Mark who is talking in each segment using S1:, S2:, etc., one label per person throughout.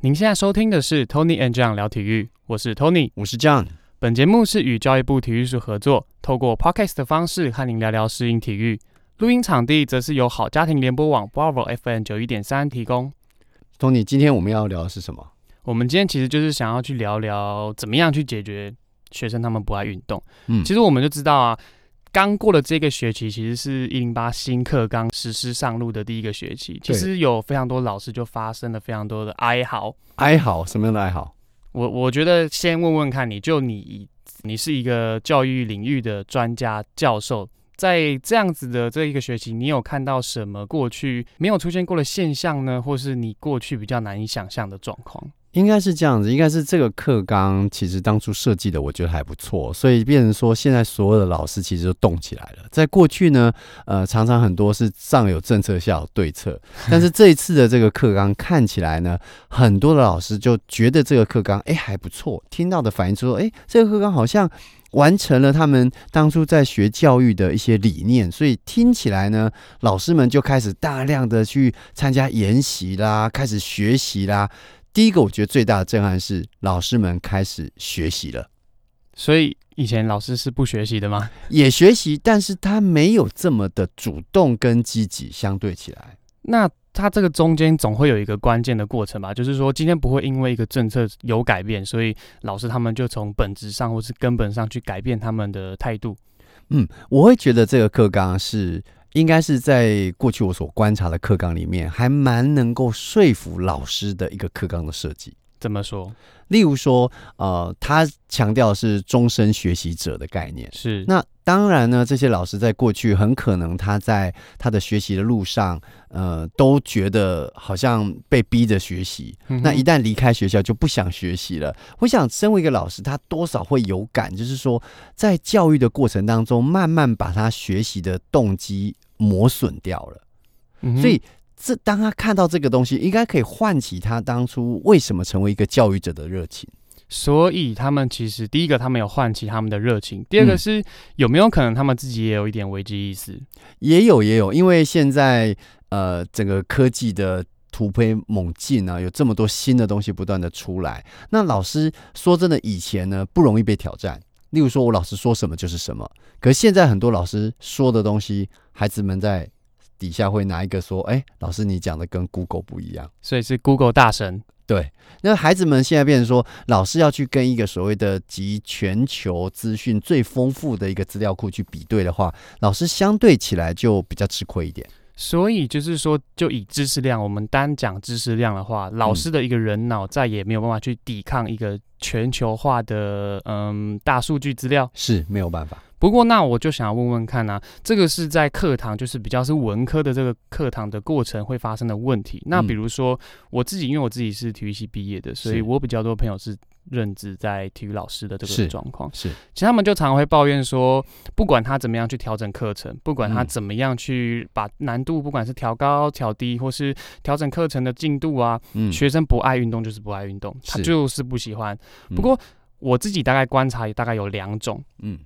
S1: 您现在收听的是 Tony and John 聊体育，我是 Tony。
S2: 我是 John。
S1: 本节目是与教育部体育署合作，透过 Podcast 的方式和您聊聊适应体育。录音场地则是由好家庭联播网 Bravo FM 九一点三提供。
S2: Tony，今天我们要聊的是什么？
S1: 我们今天其实就是想要去聊聊怎么样去解决学生他们不爱运动。
S2: 嗯
S1: 其实我们就知道啊，刚过的这个学期其实是一零八新课纲实施上路的第一个学期，其
S2: 对
S1: 实有非常多老师就发生了非常多的哀嚎。
S2: 哀嚎什么样的哀嚎？
S1: 我我觉得先问问看你，就你你是一个教育领域的专家教授，在这样子的这一个学期，你有看到什么过去没有出现过的现象呢？或是你过去比较难以想象的状况？
S2: 应该是这样子，应该是这个课纲其实当初设计的，我觉得还不错，所以变成说现在所有的老师其实都动起来了。在过去呢，呃，常常很多是上有政策，下有对策，但是这一次的这个课纲看起来呢，很多的老师就觉得这个课纲哎还不错，听到的反应说哎这个课纲好像。完成了他们当初在学教育的一些理念，所以听起来呢，老师们就开始大量的去参加研习啦，开始学习啦。第一个，我觉得最大的震撼是老师们开始学习了，
S1: 所以以前老师是不学习的吗？
S2: 也学习，但是他没有这么的主动跟积极。相对起来，
S1: 那他这个中间总会有一个关键的过程吧，就是说今天不会因为一个政策有改变，所以老师他们就从本质上或是根本上去改变他们的态度。
S2: 嗯，我会觉得这个课纲是应该是在过去我所观察的课纲里面，还蛮能够说服老师的一个课纲的设计。
S1: 这么说？
S2: 例如说，呃，他强调的是终身学习者的概念。
S1: 是
S2: 那当然呢，这些老师在过去很可能他在他的学习的路上，呃，都觉得好像被逼着学习。
S1: 嗯哼
S2: 那一旦离开学校就不想学习了。我想，身为一个老师，他多少会有感，就是说，在教育的过程当中，慢慢把他学习的动机磨损掉了。
S1: 嗯哼
S2: 所以这当他看到这个东西，应该可以唤起他当初为什么成为一个教育者的热情。
S1: 所以他们其实第一个，他们有唤起他们的热情；第二个
S2: 嗯
S1: 是、有没有可能他们自己也有一点危机意识？
S2: 也有也有，因为现在呃，整个科技的突飞猛进啊，有这么多新的东西不断的出来。那老师说真的，以前呢不容易被挑战。例如说，我老师说什么就是什么。可是现在很多老师说的东西，孩子们在底下会拿一个说：“哎，老师你讲的跟 Google 不一样。”
S1: 所以是 Google 大神，
S2: 对，那孩子们现在变成说，老师要去跟一个所谓的集全球资讯最丰富的一个资料库去比对的话，老师相对起来就比较吃亏一点。
S1: 所以就是说，就以知识量，我们单讲知识量的话，老师的一个人脑再也没有办法去抵抗一个全球化的嗯大数据资料。
S2: 是没有办法。
S1: 不过，那我就想要问问看啊，这个是在课堂，就是比较是文科的这个课堂的过程会发生的问题。那
S2: 嗯
S1: 比如说我自己，因为我自己是体育系毕业的，所以
S2: 是
S1: 我比较多朋友是任职在体育老师的这个
S2: 是
S1: 状况。
S2: 是
S1: 其实他们就常会抱怨说，不管他怎么样去调整课程，不管他
S2: 嗯
S1: 怎么样去把难度，不管是调高、调低，或是调整课程的进度啊，
S2: 嗯
S1: 学生不爱运动就是不爱运动，他
S2: 是
S1: 就是不喜欢。
S2: 嗯
S1: 不过我自己大概观察，大概有两种，
S2: 嗯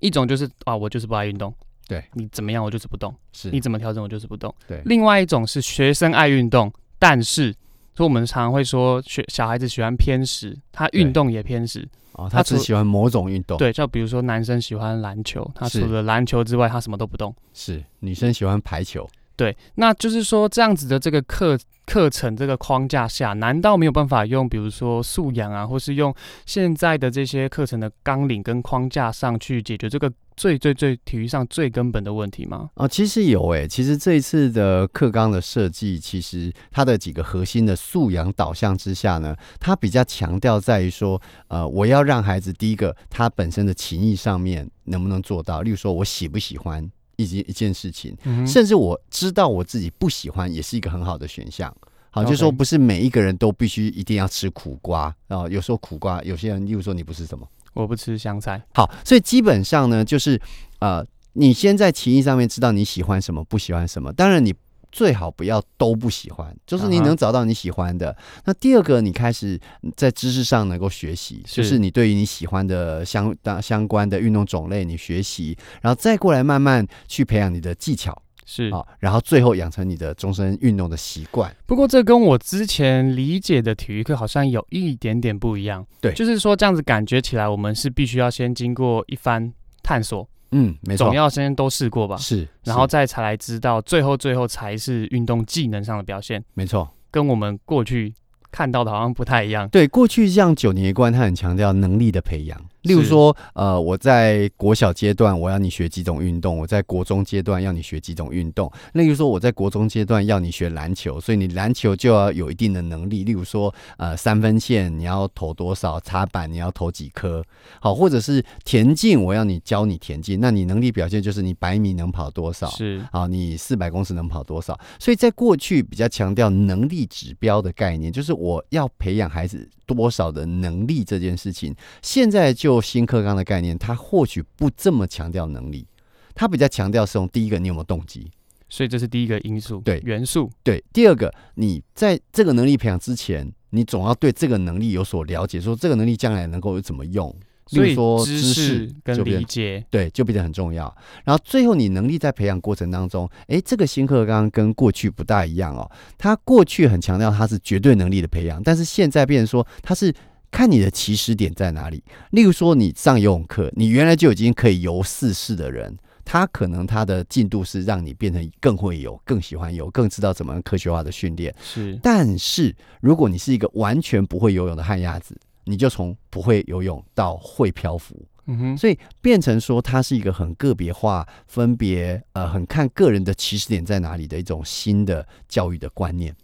S1: 一种就是啊，我就是不爱运动，
S2: 对
S1: 你怎么样我就是不动，
S2: 是
S1: 你怎么调整我就是不动。
S2: 对
S1: 另外一种是学生爱运动，但是所以我们常常会说学小孩子喜欢偏食，他运
S2: 对
S1: 动也偏食。
S2: 哦，
S1: 他
S2: 他只
S1: 除
S2: 喜欢某种运动，
S1: 对，就比如说男生喜欢篮球，他
S2: 是
S1: 除了篮球之外，他什么都不动。
S2: 是女生喜欢排球，
S1: 对，那就是说这样子的这个课课程这个框架下，难道没有办法用比如说素养啊，或是用现在的这些课程的纲领跟框架上去解决这个最最最体育上最根本的问题吗？
S2: 哦，其实有诶，其实这一次的课纲的设计，其实它的几个核心的素养导向之下呢，它比较强调在于说，呃，我要让孩子第一个他本身的情谊上面能不能做到，例如说我喜不喜欢以及一件事情，
S1: 嗯
S2: 甚至我知道我自己不喜欢，也是一个很好的选项。好，就是说
S1: OK
S2: 不是每一个人都必须一定要吃苦瓜啊、有时候苦瓜，有些人，例如说你不是什么。
S1: 我不吃香菜。
S2: 好，所以基本上呢，就是呃，你先在情谊上面知道你喜欢什么，不喜欢什么。当然，你最好不要都不喜欢，就是你
S1: 啊哈
S2: 能找到你喜欢的。那第二个，你开始在知识上能够学习，就是
S1: 是
S2: 你对于你喜欢的相当相关的运动种类，你学习，然后再过来慢慢去培养你的技巧。
S1: 是
S2: 啊、然后最后养成你的终身运动的习惯。
S1: 哦不过这跟我之前理解的体育课好像有一点点不一样。
S2: 对
S1: 就是说这样子感觉起来，我们是必须要先经过一番探索，
S2: 嗯，没错
S1: 总，要先都试过吧，
S2: 是，
S1: 然后
S2: 是
S1: 再才来知道，最后最后才是运动技能上的表现，
S2: 没错。
S1: 跟我们过去看到的好像不太一样。
S2: 对，过去像九年一贯，他很强调能力的培养。例如
S1: 是
S2: 说，呃，我在国小阶段我要你学几种运动，我在国中阶段要你学几种运动。例如说，我在国中阶段要你学篮球，所以你篮球就要有一定的能力。例如说，呃，三分线你要投多少，插板你要投几颗，好，或者是田径，我要你教你田径，那你能力表现就是你百米能跑多少，
S1: 是
S2: 好，啊你四百公尺能跑多少？所以在过去比较强调能力指标的概念，就是我要培养孩子多少的能力这件事情。现在就新课纲的概念，它或许不这么强调能力，它比较强调是用第一个你有没有动机，
S1: 所以这是第一个因素，
S2: 对
S1: 元素
S2: 对，第二个你在这个能力培养之前，你总要对这个能力有所了解，说这个能力将来能够怎么用。例
S1: 所
S2: 如
S1: 以
S2: 说
S1: 知
S2: 知识
S1: 识跟
S2: 就变
S1: 理解
S2: 对，就变得很重要。然后最后你能力在培养过程当中，诶，这个新课纲跟过去不大一样哦。它过去很强调它是绝对能力的培养，但是现在变成说它是看你的起始点在哪里。例如说你上游泳课，你原来就已经可以游四式的人。他可能他的进度是让你变成更会游、更喜欢游、更知道怎么样科学化的训练。
S1: 是
S2: 但是如果你是一个完全不会游泳的旱鸭子，你就从不会游泳到会漂浮，
S1: 嗯哼，
S2: 所以变成说，它是一个很个别化、分别呃很看个人的起始点在哪里的一种新的教育的观念。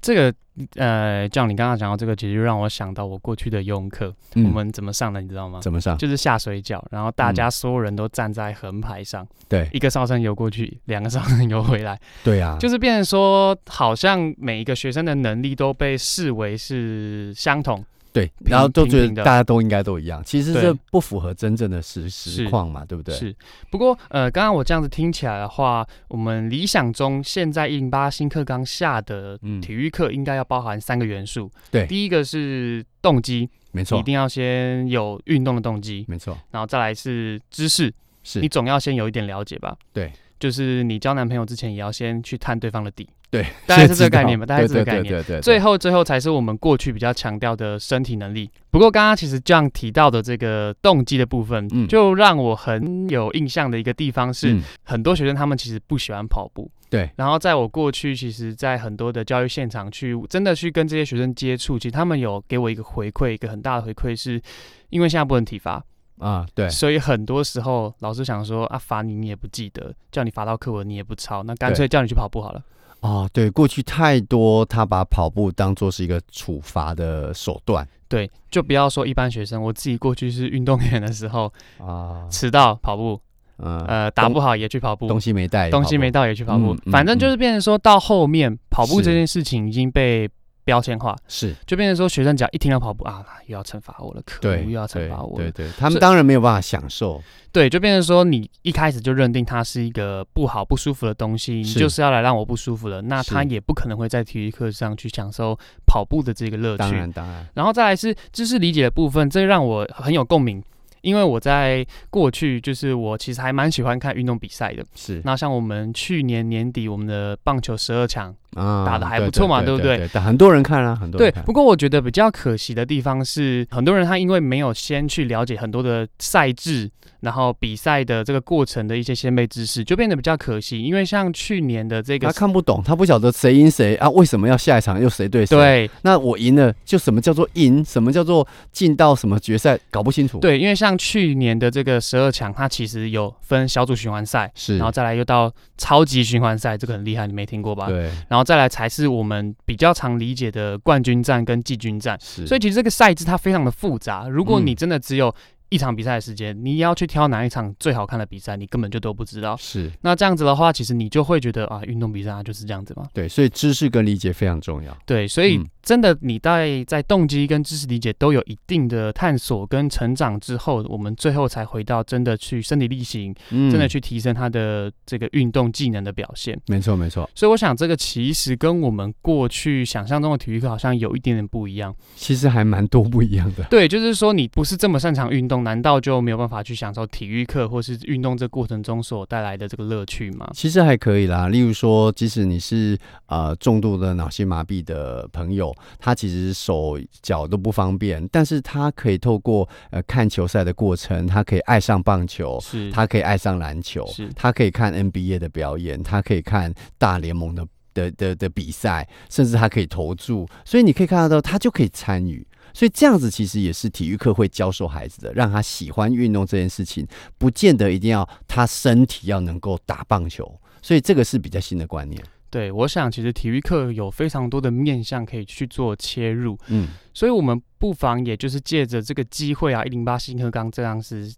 S1: 这个呃，像你刚刚讲到这个，其实让我想到我过去的游泳课，
S2: 嗯
S1: 我们怎么上的，你知道吗？
S2: 怎么上？
S1: 就是下水饺，然后大家所有人都站在横排上，
S2: 对
S1: 一个哨声游过去，两个哨声游回 来，
S2: 对啊，
S1: 就是变成说，好像每一个学生的能力都被视为是相同。
S2: 对，
S1: 平
S2: 然后都觉
S1: 平
S2: 得
S1: 平的
S2: 大家都应该都一样，其实
S1: 对
S2: 这不符合真正的实实
S1: 是
S2: 况嘛，对不对？
S1: 是，不过呃，刚刚我这样子听起来的话，我们理想中现在印巴新课纲下的
S2: 嗯
S1: 体育课应该要包含三个元素。
S2: 对
S1: 第一个是动机，你
S2: 没
S1: 一
S2: 错，
S1: 定要先有运动的动机，
S2: 没错，
S1: 然后再来是知识，
S2: 是
S1: 你总要先有一点了解吧？
S2: 对，
S1: 就是你交男朋友之前也要先去探对方的底，
S2: 对，
S1: 大概是
S2: 先
S1: 这个
S2: 知道
S1: 概念吧大概
S2: 对
S1: 是这个
S2: 对
S1: 概
S2: 对对对，
S1: 最
S2: 后
S1: 后最后才是我们过去比较强调的身体能力。不过刚刚其实这样提到的这个动机的部分，
S2: 嗯
S1: 就让我很有印象的一个地方是，
S2: 嗯
S1: 很多学生他们其实不喜欢跑步。
S2: 对，
S1: 然后在我过去，其实，在很多的教育现场去真的去跟这些学生接触，其实他们有给我一个回馈，一个很大的回馈是，因为现在不能体罚，
S2: 啊，对，
S1: 所以很多时候老师想说啊，罚你你也不记得，叫你罚到课文你也不抄，那干脆叫你去跑步好了。
S2: 哦，对，过去太多他把跑步当做是一个处罚的手段
S1: 对，就不要说一般学生，我自己过去是运动员的时候，
S2: 啊，
S1: 迟到跑步，
S2: 嗯，
S1: 呃，打
S2: 东
S1: 不好也去跑步，
S2: 东西没带，
S1: 东西没
S2: 跑
S1: 到也去跑步
S2: 嗯，嗯
S1: 反正就是变成说到后面跑步
S2: 是
S1: 这件事情已经被标签化，
S2: 步是。
S1: 就变成说学生只要一听到跑步啊，又要惩罚我了，可恶
S2: 对，
S1: 又要
S2: 对
S1: 惩罚我了
S2: 对，对，他们
S1: 所以
S2: 当然没有办法享受，
S1: 对，就变成说你一开始就认定它是一个不好不舒服的东西，你
S2: 是
S1: 就是要来让我不舒服的，那
S2: 是
S1: 他也不可能会在体育课上去享受跑步的这个乐
S2: 当
S1: 趣。
S2: 然当然，
S1: 然后再来是知识理解的部分，这让我很有共鸣，因为我在过去就是我其实还蛮喜欢看运动比赛的。
S2: 是
S1: 那像我们去年年底我们的棒球十二强，
S2: 啊
S1: 打得还不错嘛对
S2: 对
S1: 不对
S2: 对？但很多人看啊，很多
S1: 对
S2: 人。看
S1: 不过我觉得比较可惜的地方是，很多人他因为没有先去了解很多的赛制，然后比赛的这个过程的一些先辈知识，就变得比较可惜。因为像去年的这
S2: 他
S1: 个。
S2: 看不懂，他不晓得谁赢谁啊？为什么要下一场又谁对谁？，
S1: 对
S2: 那我赢了，就什么叫做赢？什么叫做进到什么决赛？搞不清楚。，
S1: 对，因为像去年的这个十二强，它其实有分小组循环赛，
S2: 是
S1: 然，后再来又到超级循环赛，这个很厉害，你没听过吧？。
S2: 对，
S1: 然后再来才是我们比较常理解的冠军战跟季军战，
S2: 是。
S1: 所以其实这个赛制它非常的复杂。如果
S2: 嗯
S1: 你真的只有一场比赛的时间，你要去挑哪一场最好看的比赛，你根本就都不知道。
S2: 是
S1: 那这样子的话，其实你就会觉得啊，运动比赛它就是这样子嘛。
S2: 对，所以知识跟理解非常重要。
S1: 对，所以
S2: 嗯
S1: 真的你在在动机跟知识理解都有一定的探索跟成长之后，我们最后才回到真的去身体力行，
S2: 嗯，
S1: 真的去提升他的这个运动技能的表现。
S2: 没错没错。
S1: 所以我想，这个其实跟我们过去想象中的体育课好像有一点点不一样。
S2: 其实还蛮多不一样的。
S1: 对，就是说你不是这么擅长运动，中，难道就没有办法去享受体育课或是运动这过程中所带来的这个乐趣吗？
S2: 其实还可以啦，例如说，即使你是呃重度的脑性麻痹的朋友，他其实手脚都不方便，但是他可以透过呃看球赛的过程，他可以爱上棒球，
S1: 是，
S2: 他可以爱上篮球
S1: 是，
S2: 他可以看 NBA 的表演，他可以看大联盟的的的的比赛，甚至他可以投注，所以你可以看得到，他就可以参与。所以这样子其实也是体育课会教授孩子的，让他喜欢运动这件事情，不见得一定要他身体要能够打棒球，所以这个是比较新的观念。
S1: 对，我想其实体育课有非常多的面向可以去做切入，
S2: 嗯，
S1: 所以我们不妨也就是借着这个机会啊，一零八新课纲这样是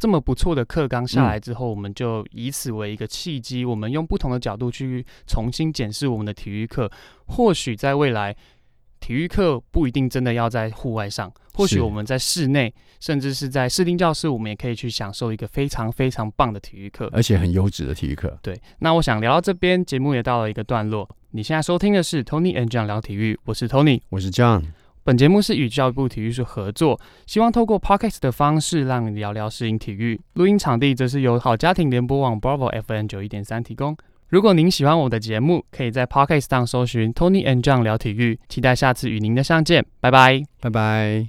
S1: 这么不错的课纲下来之后，我们就以此为一个契机，我们用不同的角度去重新检视我们的体育课，或许在未来。体育课不一定真的要在户外上，或许
S2: 是
S1: 我们在室内，甚至是在视听教室，我们也可以去享受一个非常非常棒的体育课。
S2: 而且很优质的体育课。
S1: 对，那我想聊到这边，节目也到了一个段落。你现在收听的是 Tony and John 聊体育，我是 Tony。
S2: 我是 John，
S1: 本节目是与教育部体育署合作，希望透过 podcast 的方式让你聊聊适应体育。录音场地则是由好家庭联播网 Bravo FM 九一点三提供。如果您喜欢我的节目，可以在 podcast 上搜寻 Tony and John 聊体育。期待下次与您的相见，拜拜。
S2: 拜拜。